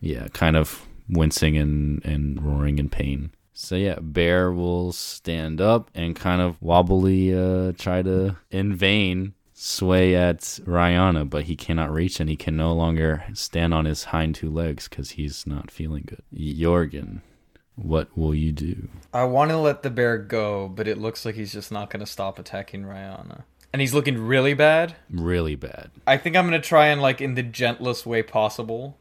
Speaker 2: yeah, kind of wincing and and roaring in pain. So yeah, Bear will stand up and kind of wobbly uh, try to in vain sway at Rihanna, but he cannot reach and he can no longer stand on his hind two legs because he's not feeling good. Jorgen, what will you do?
Speaker 7: I want to let the bear go, but it looks like he's just not going to stop attacking Rihanna. And he's looking really bad.
Speaker 2: Really bad.
Speaker 7: I think I'm going to try and like in the gentlest way possible.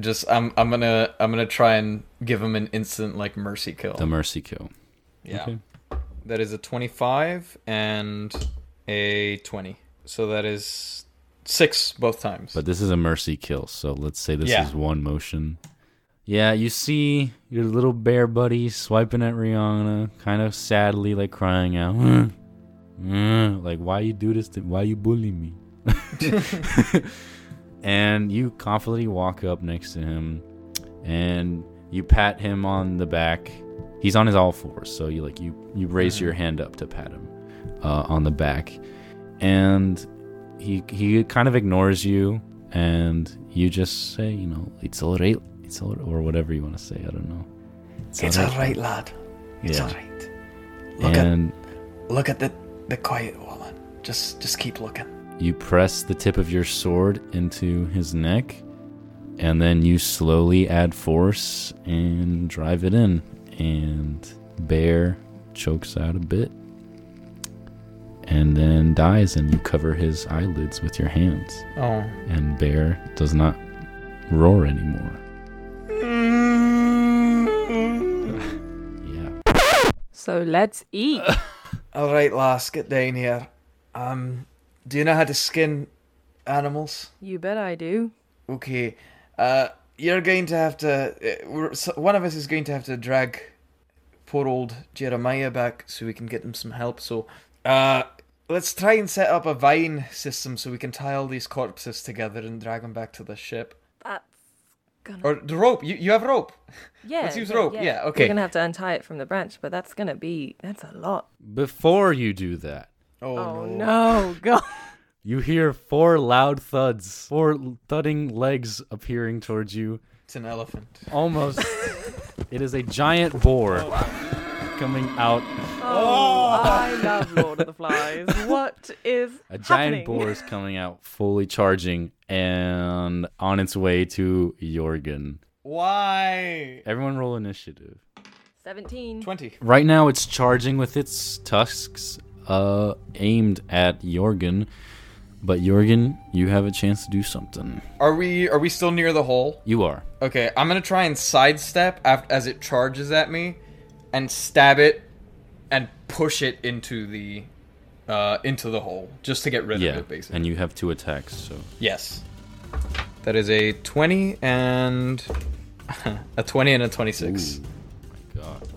Speaker 7: Just I'm I'm going to I'm going to try and give him an instant like mercy kill.
Speaker 2: The mercy kill.
Speaker 7: Oh. yeah.
Speaker 2: Okay.
Speaker 7: That is a 25 and a 20. So that is 6 both times.
Speaker 2: But this is a mercy kill, so let's say this
Speaker 7: Yeah.
Speaker 2: is one motion. Yeah, you see your little bear buddy swiping at Rihanna, kind of sadly, like crying out, "Mm, mm," like why you do this? To, why you bully me? and you confidently walk up next to him, and you pat him on the back. He's on his all fours, so you like you you raise
Speaker 5: Mm.
Speaker 2: your hand up to pat him uh, on the back, and he he kind of ignores you and you just say you know it's all right it's all or whatever you want to say i don't know
Speaker 5: It's all right, lad. It's
Speaker 2: Yeah.
Speaker 5: all right. Look at-
Speaker 2: and
Speaker 5: Look at the the quiet woman. Just just keep looking.
Speaker 2: you press the tip of your sword into his neck and then you slowly add force and drive it in and bear chokes out a bit and then dies and you cover his eyelids with your hands
Speaker 7: oh.
Speaker 2: and bear does not roar anymore. yeah.
Speaker 6: So let's eat.
Speaker 5: All right, lass, get down here. Um, do you know how to skin animals?
Speaker 6: you bet I do.
Speaker 5: Okay. Uh, you're going to have to. Uh, we're, so one of us is going to have to drag poor old Jeremiah back so we can get him some help. So, uh,
Speaker 7: Let's try and set up a vine system so we can tie all these corpses together and drag them back to the ship.
Speaker 6: That's gonna.
Speaker 7: Or the rope. You, you have rope.
Speaker 6: yeah.
Speaker 7: let's use rope. Yeah, okay.
Speaker 6: We're gonna have to untie it from the branch, but that's gonna be. That's a lot.
Speaker 2: Before you do that,
Speaker 7: Oh,
Speaker 6: Oh, no, God.
Speaker 2: you hear four loud thuds, four thudding legs appearing towards you.
Speaker 7: It's an elephant.
Speaker 2: Almost. it is a giant boar coming out.
Speaker 6: Oh, I love Lord of the Flies. What is
Speaker 2: A
Speaker 6: happening?
Speaker 2: giant boar is coming out, fully charging and on its way to Jorgen.
Speaker 7: Why?
Speaker 2: Everyone roll initiative.
Speaker 6: Seventeen.
Speaker 7: 20.
Speaker 2: Right now, it's charging with its tusks uh, aimed at Jorgen. But Jorgen, you have a chance to do something.
Speaker 7: Are we are we still near the hole?
Speaker 2: You are.
Speaker 7: Okay, I'm going to try and sidestep af- as it charges at me and stab it and push it into the uh into the hole just to get rid of
Speaker 2: Yeah.
Speaker 7: it basically.
Speaker 2: And you have two attacks, so.
Speaker 7: Yes. That is a 20 and a 20 and a 26.
Speaker 2: God.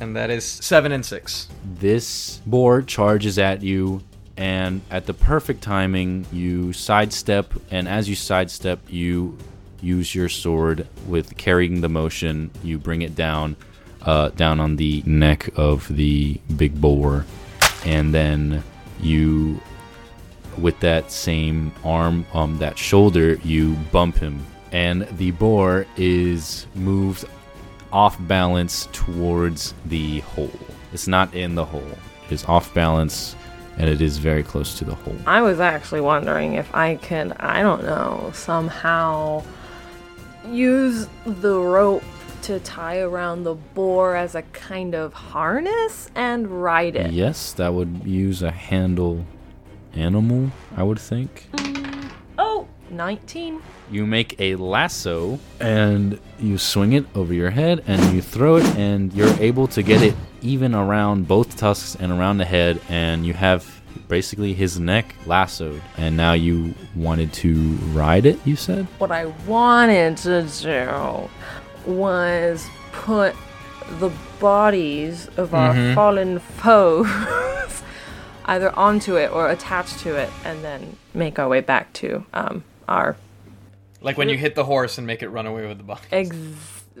Speaker 7: And that is 7 and 6.
Speaker 2: This boar charges at you, and at the perfect timing, you sidestep. And as you sidestep, you use your sword with carrying the motion. You bring it down, uh, down on the neck of the big boar, and then you, with that same arm, um, that shoulder, you bump him, and the boar is moved off balance towards the hole. It's not in the hole. It is off balance and it is very close to the hole.
Speaker 6: I was actually wondering if I could, I don't know, somehow use the rope to tie around the boar as a kind of harness and ride it.
Speaker 2: Yes, that would use a handle animal, I would think.
Speaker 6: Oh, 19.
Speaker 2: You make a lasso and you swing it over your head and you throw it and you're able to get it even around both tusks and around the head and you have basically his neck lassoed and now you wanted to ride it, you said?
Speaker 6: What I wanted to do was put the bodies of our fallen foes either onto it or attached to it and then make our way back to um, our
Speaker 7: Like when you hit the horse and make it run away with the body.
Speaker 6: ex-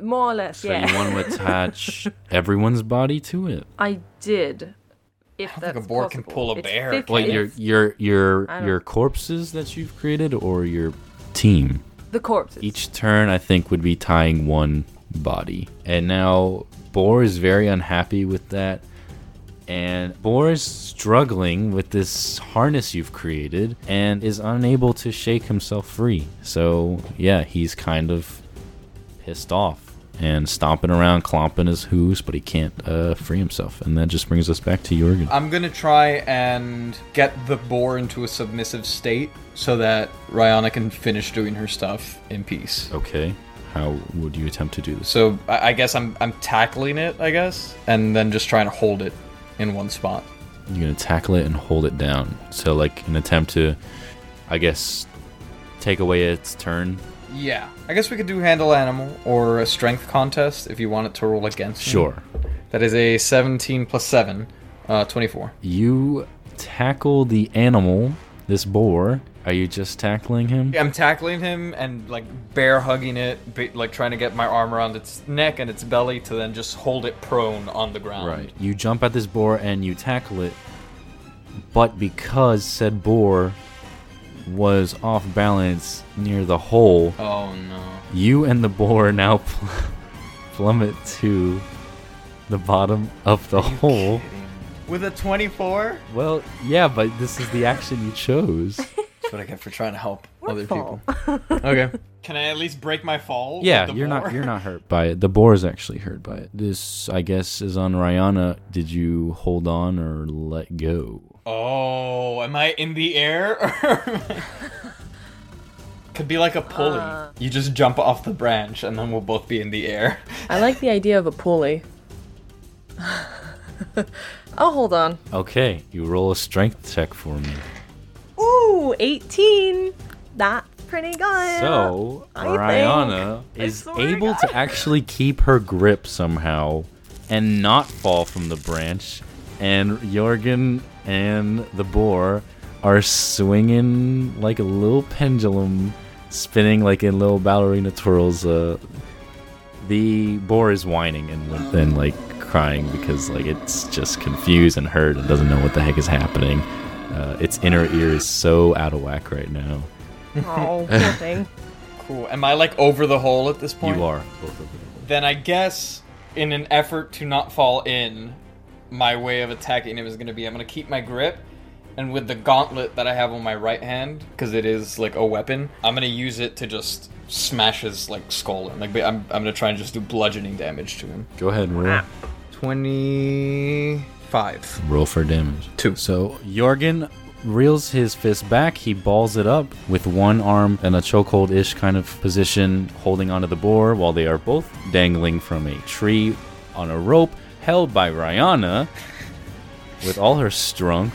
Speaker 6: more or less,
Speaker 2: So
Speaker 6: yeah.
Speaker 2: you want to attach everyone's body to it.
Speaker 6: I did. If
Speaker 7: think
Speaker 6: that's
Speaker 7: a boar can
Speaker 6: possible.
Speaker 7: pull a
Speaker 6: It's
Speaker 7: bear.
Speaker 6: 50.
Speaker 2: Like your your your
Speaker 6: I don't-
Speaker 2: your corpses that you've created or your team.
Speaker 6: the corpses.
Speaker 2: Each turn I think would be tying one body. And now Boar is very unhappy with that. And Boar is struggling with this harness you've created and is unable to shake himself free. So, yeah, he's kind of pissed off and stomping around, clomping his hooves, but he can't uh, free himself. And that just brings us back to Jorgen.
Speaker 7: I'm gonna try and get the boar into a submissive state so that Rihanna can finish doing her stuff in peace.
Speaker 2: Okay. How would you attempt to do this?
Speaker 7: So I, I guess I'm I'm tackling it, I guess, and then just trying to hold it in one spot.
Speaker 2: You're gonna tackle it and hold it down. So like an attempt to, I guess, take away its turn.
Speaker 7: Yeah. I guess we could do handle animal or a strength contest if you want it to roll against. me.
Speaker 2: Sure.
Speaker 7: That is a 17 plus 7, uh, 24.
Speaker 2: You tackle the animal, this boar. Are you just tackling him?
Speaker 7: I'm tackling him and like bear hugging it, ba- like trying to get my arm around its neck and its belly to then just hold it prone on the ground.
Speaker 2: Right. You jump at this boar and you tackle it, but because said boar was off balance near the hole,
Speaker 7: Oh no.
Speaker 2: you and the boar now pl- plummet to the bottom of the hole.
Speaker 7: With a 24?
Speaker 2: Well, yeah, but this is the action you chose.
Speaker 7: That's what I get for trying to help other
Speaker 6: Fall.
Speaker 7: people. Okay. Can I at least break my fall?
Speaker 2: Yeah, you're not you're not hurt by it. The boar is actually hurt by it. This, I guess, is on Rihanna. Did you hold on or let go?
Speaker 7: Oh, am I in the air? or am I- Could be like a pulley. you just jump off the branch and then we'll both be in the air.
Speaker 6: I like the idea of a pulley. I'll hold on.
Speaker 2: Okay, you roll a strength check for me.
Speaker 6: Ooh, 18. That's pretty good.
Speaker 2: So
Speaker 6: I
Speaker 2: Rihanna
Speaker 6: think. I
Speaker 2: is
Speaker 6: swear to
Speaker 2: able
Speaker 6: God.
Speaker 2: to actually keep her grip somehow and not fall from the branch. And Jorgen and the boar are swinging like a little pendulum, spinning like in little ballerina twirls. Uh, the boar is whining and, limp- and like crying because like it's just confused and hurt and doesn't know what the heck is happening. Uh, its inner ear is so out of whack right now.
Speaker 6: Oh, poor thing.
Speaker 7: Cool. Am I like over the hole at this point?
Speaker 2: You are both of them.
Speaker 7: Then I guess in an effort to not fall in, my way of attacking him is going to be I'm going to keep my grip and with the gauntlet that I have on my right hand cuz it is like a weapon, I'm going to use it to just smash his like skull in. Like ba- I'm I'm going to try and just do bludgeoning damage to him.
Speaker 2: Go ahead and roll.
Speaker 7: 25.
Speaker 2: Roll for damage.
Speaker 7: Two.
Speaker 2: So Jorgen reels his fist back. He balls it up with one arm in a chokehold ish kind of position, holding onto the boar while they are both dangling from a tree on a rope held by Rihanna with all her strength.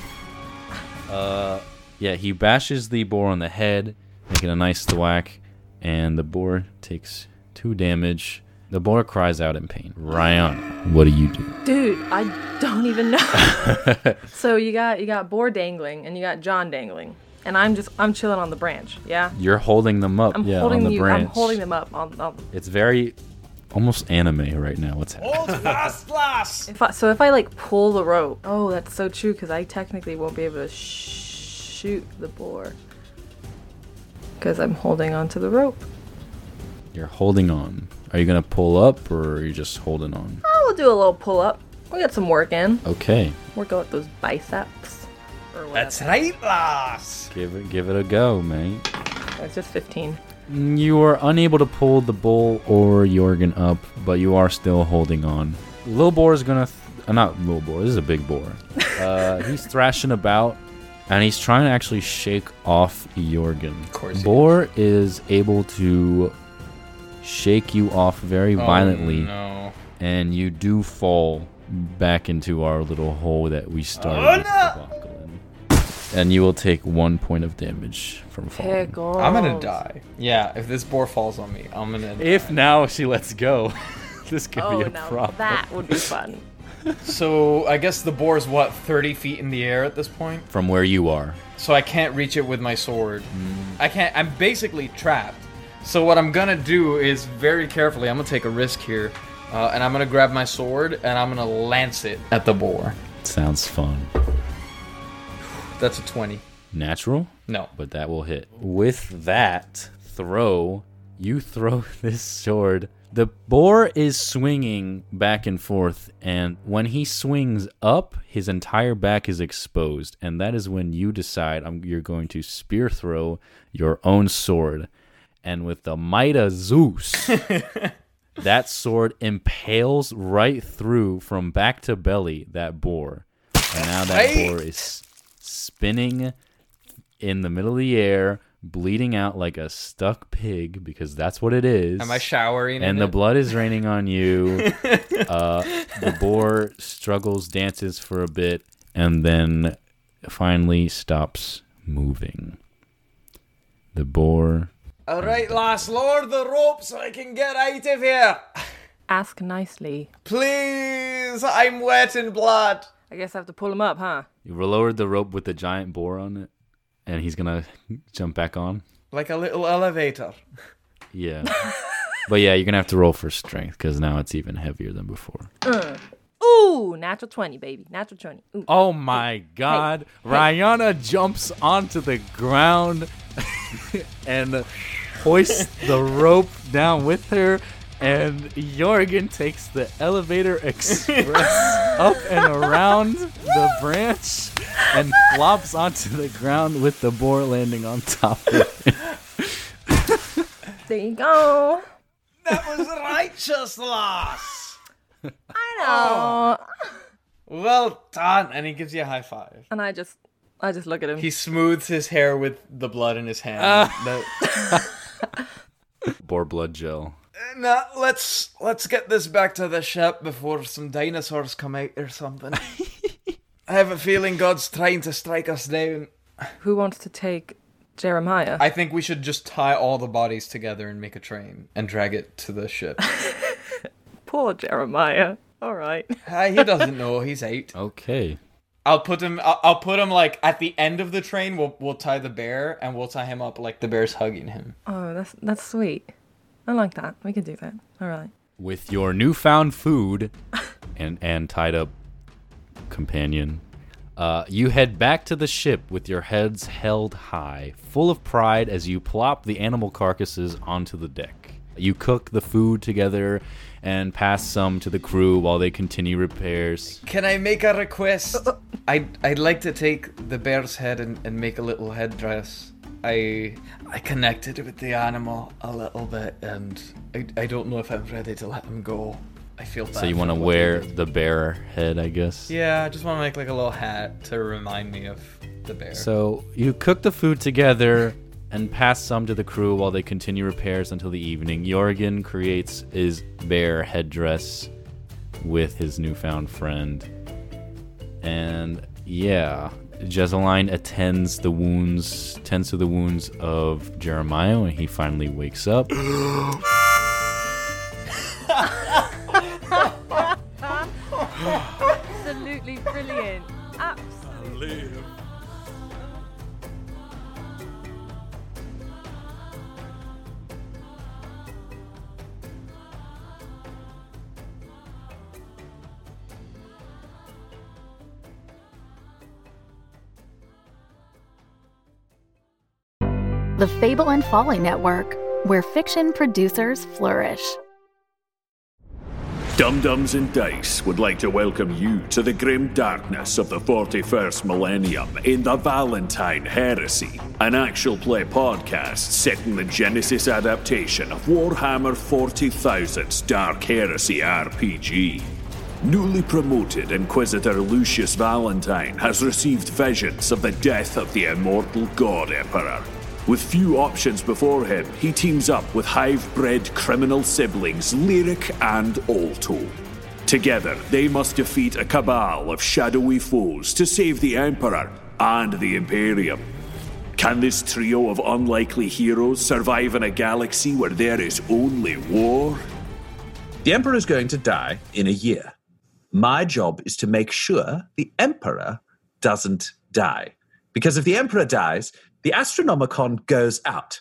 Speaker 2: Uh, yeah, he bashes the boar on the head, making a nice thwack, and the boar takes two damage. The boar cries out in pain. Rihanna, what do you do?
Speaker 6: Dude, I don't even know. so you got you got boar dangling and you got John dangling. And I'm just I'm chilling on the branch, yeah?
Speaker 2: You're holding them up,
Speaker 6: I'm
Speaker 2: yeah,
Speaker 6: holding
Speaker 2: on the
Speaker 6: you
Speaker 2: branch.
Speaker 6: I'm holding them up on, on
Speaker 2: It's very almost anime right now. What's happening?
Speaker 6: if I, so if I like pull the rope. Oh, that's so true cuz I technically won't be able to sh- shoot the boar cuz I'm holding onto the rope.
Speaker 2: You're holding on. Are you gonna pull up or are you just holding on?
Speaker 6: Oh, we'll do a little pull up. We'll get some work in.
Speaker 2: Okay,
Speaker 6: Work out those biceps. Or whatever. That's,
Speaker 7: right, lass.
Speaker 2: give it give it a go, mate.
Speaker 6: that's just 15.
Speaker 2: You are unable to pull the bull or Jorgen up, but you are still holding on. Lil Boar is gonna th- uh, not Lil Boar. This is a big boar. Uh, he's thrashing about, and he's trying to actually shake off Jorgen. Of
Speaker 7: course he is.
Speaker 2: Boar is able to shake you off very violently.
Speaker 7: Oh, No.
Speaker 2: and you do fall back into our little hole that we started
Speaker 7: Oh,
Speaker 2: with the buckle in. And you will take one point of damage from falling.
Speaker 6: Pickles.
Speaker 7: I'm going to die. Yeah, if this boar falls on me, I'm going to
Speaker 2: If now she lets go, this could
Speaker 6: Oh,
Speaker 2: be a
Speaker 6: now
Speaker 2: problem.
Speaker 6: that would be fun.
Speaker 7: So, I guess the boar's what 30 feet in the air at this point.
Speaker 2: From where you are.
Speaker 7: so I can't reach it with my sword.
Speaker 2: Mm.
Speaker 7: I can't. I'm basically trapped. So what I'm gonna do is very carefully. I'm gonna take a risk here, uh, and I'm gonna grab my sword and I'm gonna lance it at the boar.
Speaker 2: Sounds fun.
Speaker 7: That's a twenty.
Speaker 2: Natural,
Speaker 7: No.
Speaker 2: but that will hit. With that throw, You throw this sword. The boar is swinging back and forth, and when he swings up, his entire back is exposed. And that is when you decide um, you're going to spear throw your own sword. And with the might of Zeus, that sword impales right through from back to belly that boar. And now that boar is spinning in the middle of the air, bleeding out like a stuck pig because that's what it is.
Speaker 7: Am I showering? in
Speaker 2: and the
Speaker 7: it?
Speaker 2: blood is raining on you. uh, the boar struggles, dances for a bit, and then finally stops moving. The boar.
Speaker 5: All right, lass, lower the rope so I can get out of here.
Speaker 6: Ask nicely.
Speaker 5: Please, I'm wet in blood.
Speaker 6: I guess I have to pull him up, huh?
Speaker 2: You lowered the rope with the giant boar on it, and he's gonna jump back on.
Speaker 5: Like a little elevator.
Speaker 2: Yeah. but yeah, you're gonna have to roll for strength because now it's even heavier than before.
Speaker 6: Ooh, natural 20, baby. Natural 20. Ooh.
Speaker 2: Oh my god. Rihanna jumps onto the ground and hoists the rope down with her. And Jorgen takes the elevator express up and around the branch and flops onto the ground with the boar landing on top of it.
Speaker 6: There you go.
Speaker 5: That was righteous, lass.
Speaker 6: I
Speaker 2: Oh.
Speaker 6: know.
Speaker 7: Well done. And he gives you a high five.
Speaker 6: And I just I just look at him.
Speaker 7: He smooths his hair with the blood in his hand.
Speaker 5: Uh.
Speaker 7: That-
Speaker 2: Boar blood gel.
Speaker 5: Now let's let's get this back to the ship before some dinosaurs come out or something. I have a feeling God's trying to strike us down.
Speaker 6: Who wants to take Jeremiah?
Speaker 7: I think we should just tie all the bodies together and make a train and drag it to the ship.
Speaker 6: Poor Jeremiah. All right.
Speaker 7: Ah, he doesn't know. He's eight.
Speaker 2: Okay.
Speaker 7: I'll put him. I'll, I'll put him like at the end of the train. We'll we'll tie the bear and we'll tie him up like the bear's hugging him.
Speaker 6: Oh, that's that's sweet. I like that. We can do that. All right.
Speaker 2: with your newfound food and and tied up companion uh, you head back to the ship with your heads held high full of pride as you plop the animal carcasses onto the deck you cook the food together and pass some to the crew while they continue repairs
Speaker 5: Can I make a request?
Speaker 7: I'd I'd like to take the bear's head and, and make a little headdress. I
Speaker 5: I connected with the animal a little bit, and I, I don't know if I'm ready to let him go.
Speaker 7: I feel bad.
Speaker 2: so you want to
Speaker 7: for what
Speaker 2: wear
Speaker 7: they did.
Speaker 2: the bear head i guess
Speaker 7: Yeah, I just want to make like a little hat to remind me of the bear.
Speaker 2: So you cook the food together and pass some to the crew while they continue repairs until the evening. Jorgen creates his bear headdress with his newfound friend. And yeah, Jezeline attends the wounds, tends to the wounds of Jeremiah when he finally wakes up.
Speaker 6: Absolutely brilliant. Absolutely.
Speaker 9: The Fable and Folly Network, where fiction producers flourish.
Speaker 10: Dum Dums and Dice would like to welcome you to the grim darkness of the 41st millennium in the Valentine Heresy, an actual play podcast set in the Genesis adaptation of Warhammer 40,000's Dark Heresy RPG. Newly promoted Inquisitor Lucius Valentine has received visions of the death of the immortal God Emperor. With few options before him, he teams up with hive bred criminal siblings Lyric and Alto. Together, they must defeat a cabal of shadowy foes to save the Emperor and the Imperium. Can this trio of unlikely heroes survive in a galaxy where there is only war?
Speaker 11: The Emperor is going to die in a year. My job is to make sure the Emperor doesn't die. Because if the Emperor dies, the Astronomicon goes out.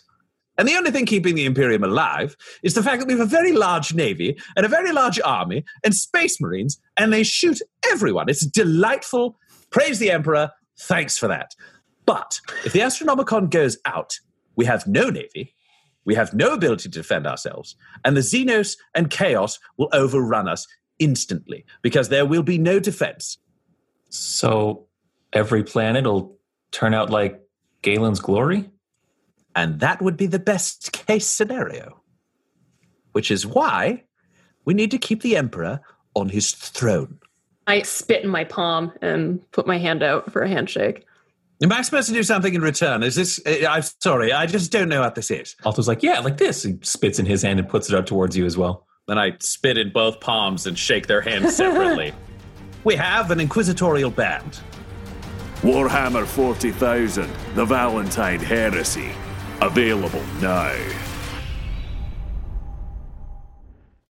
Speaker 11: And the only thing keeping the Imperium alive is the fact that we have a very large navy and a very large army and space marines, and they shoot everyone. It's delightful. Praise the Emperor. Thanks for that. But if the Astronomicon goes out, we have no navy,
Speaker 10: We have no ability to defend ourselves, and the Xenos and Chaos will overrun us instantly because there will be no defense.
Speaker 1: So every planet will turn out like Galen's glory?
Speaker 10: And that would be the best case scenario. Which is why we need to keep the Emperor on his throne.
Speaker 12: I spit in my palm and put my hand out for a handshake.
Speaker 10: Am I supposed to do something in return? Is this. eh, I'm sorry, I just don't know what this is.
Speaker 1: Alto's like, yeah, like this. He spits in his hand and puts it out towards you as well.
Speaker 10: Then I spit in both palms and shake their hands separately. we have an inquisitorial band.
Speaker 13: Warhammer 40,000 The Valentine Heresy. Available now.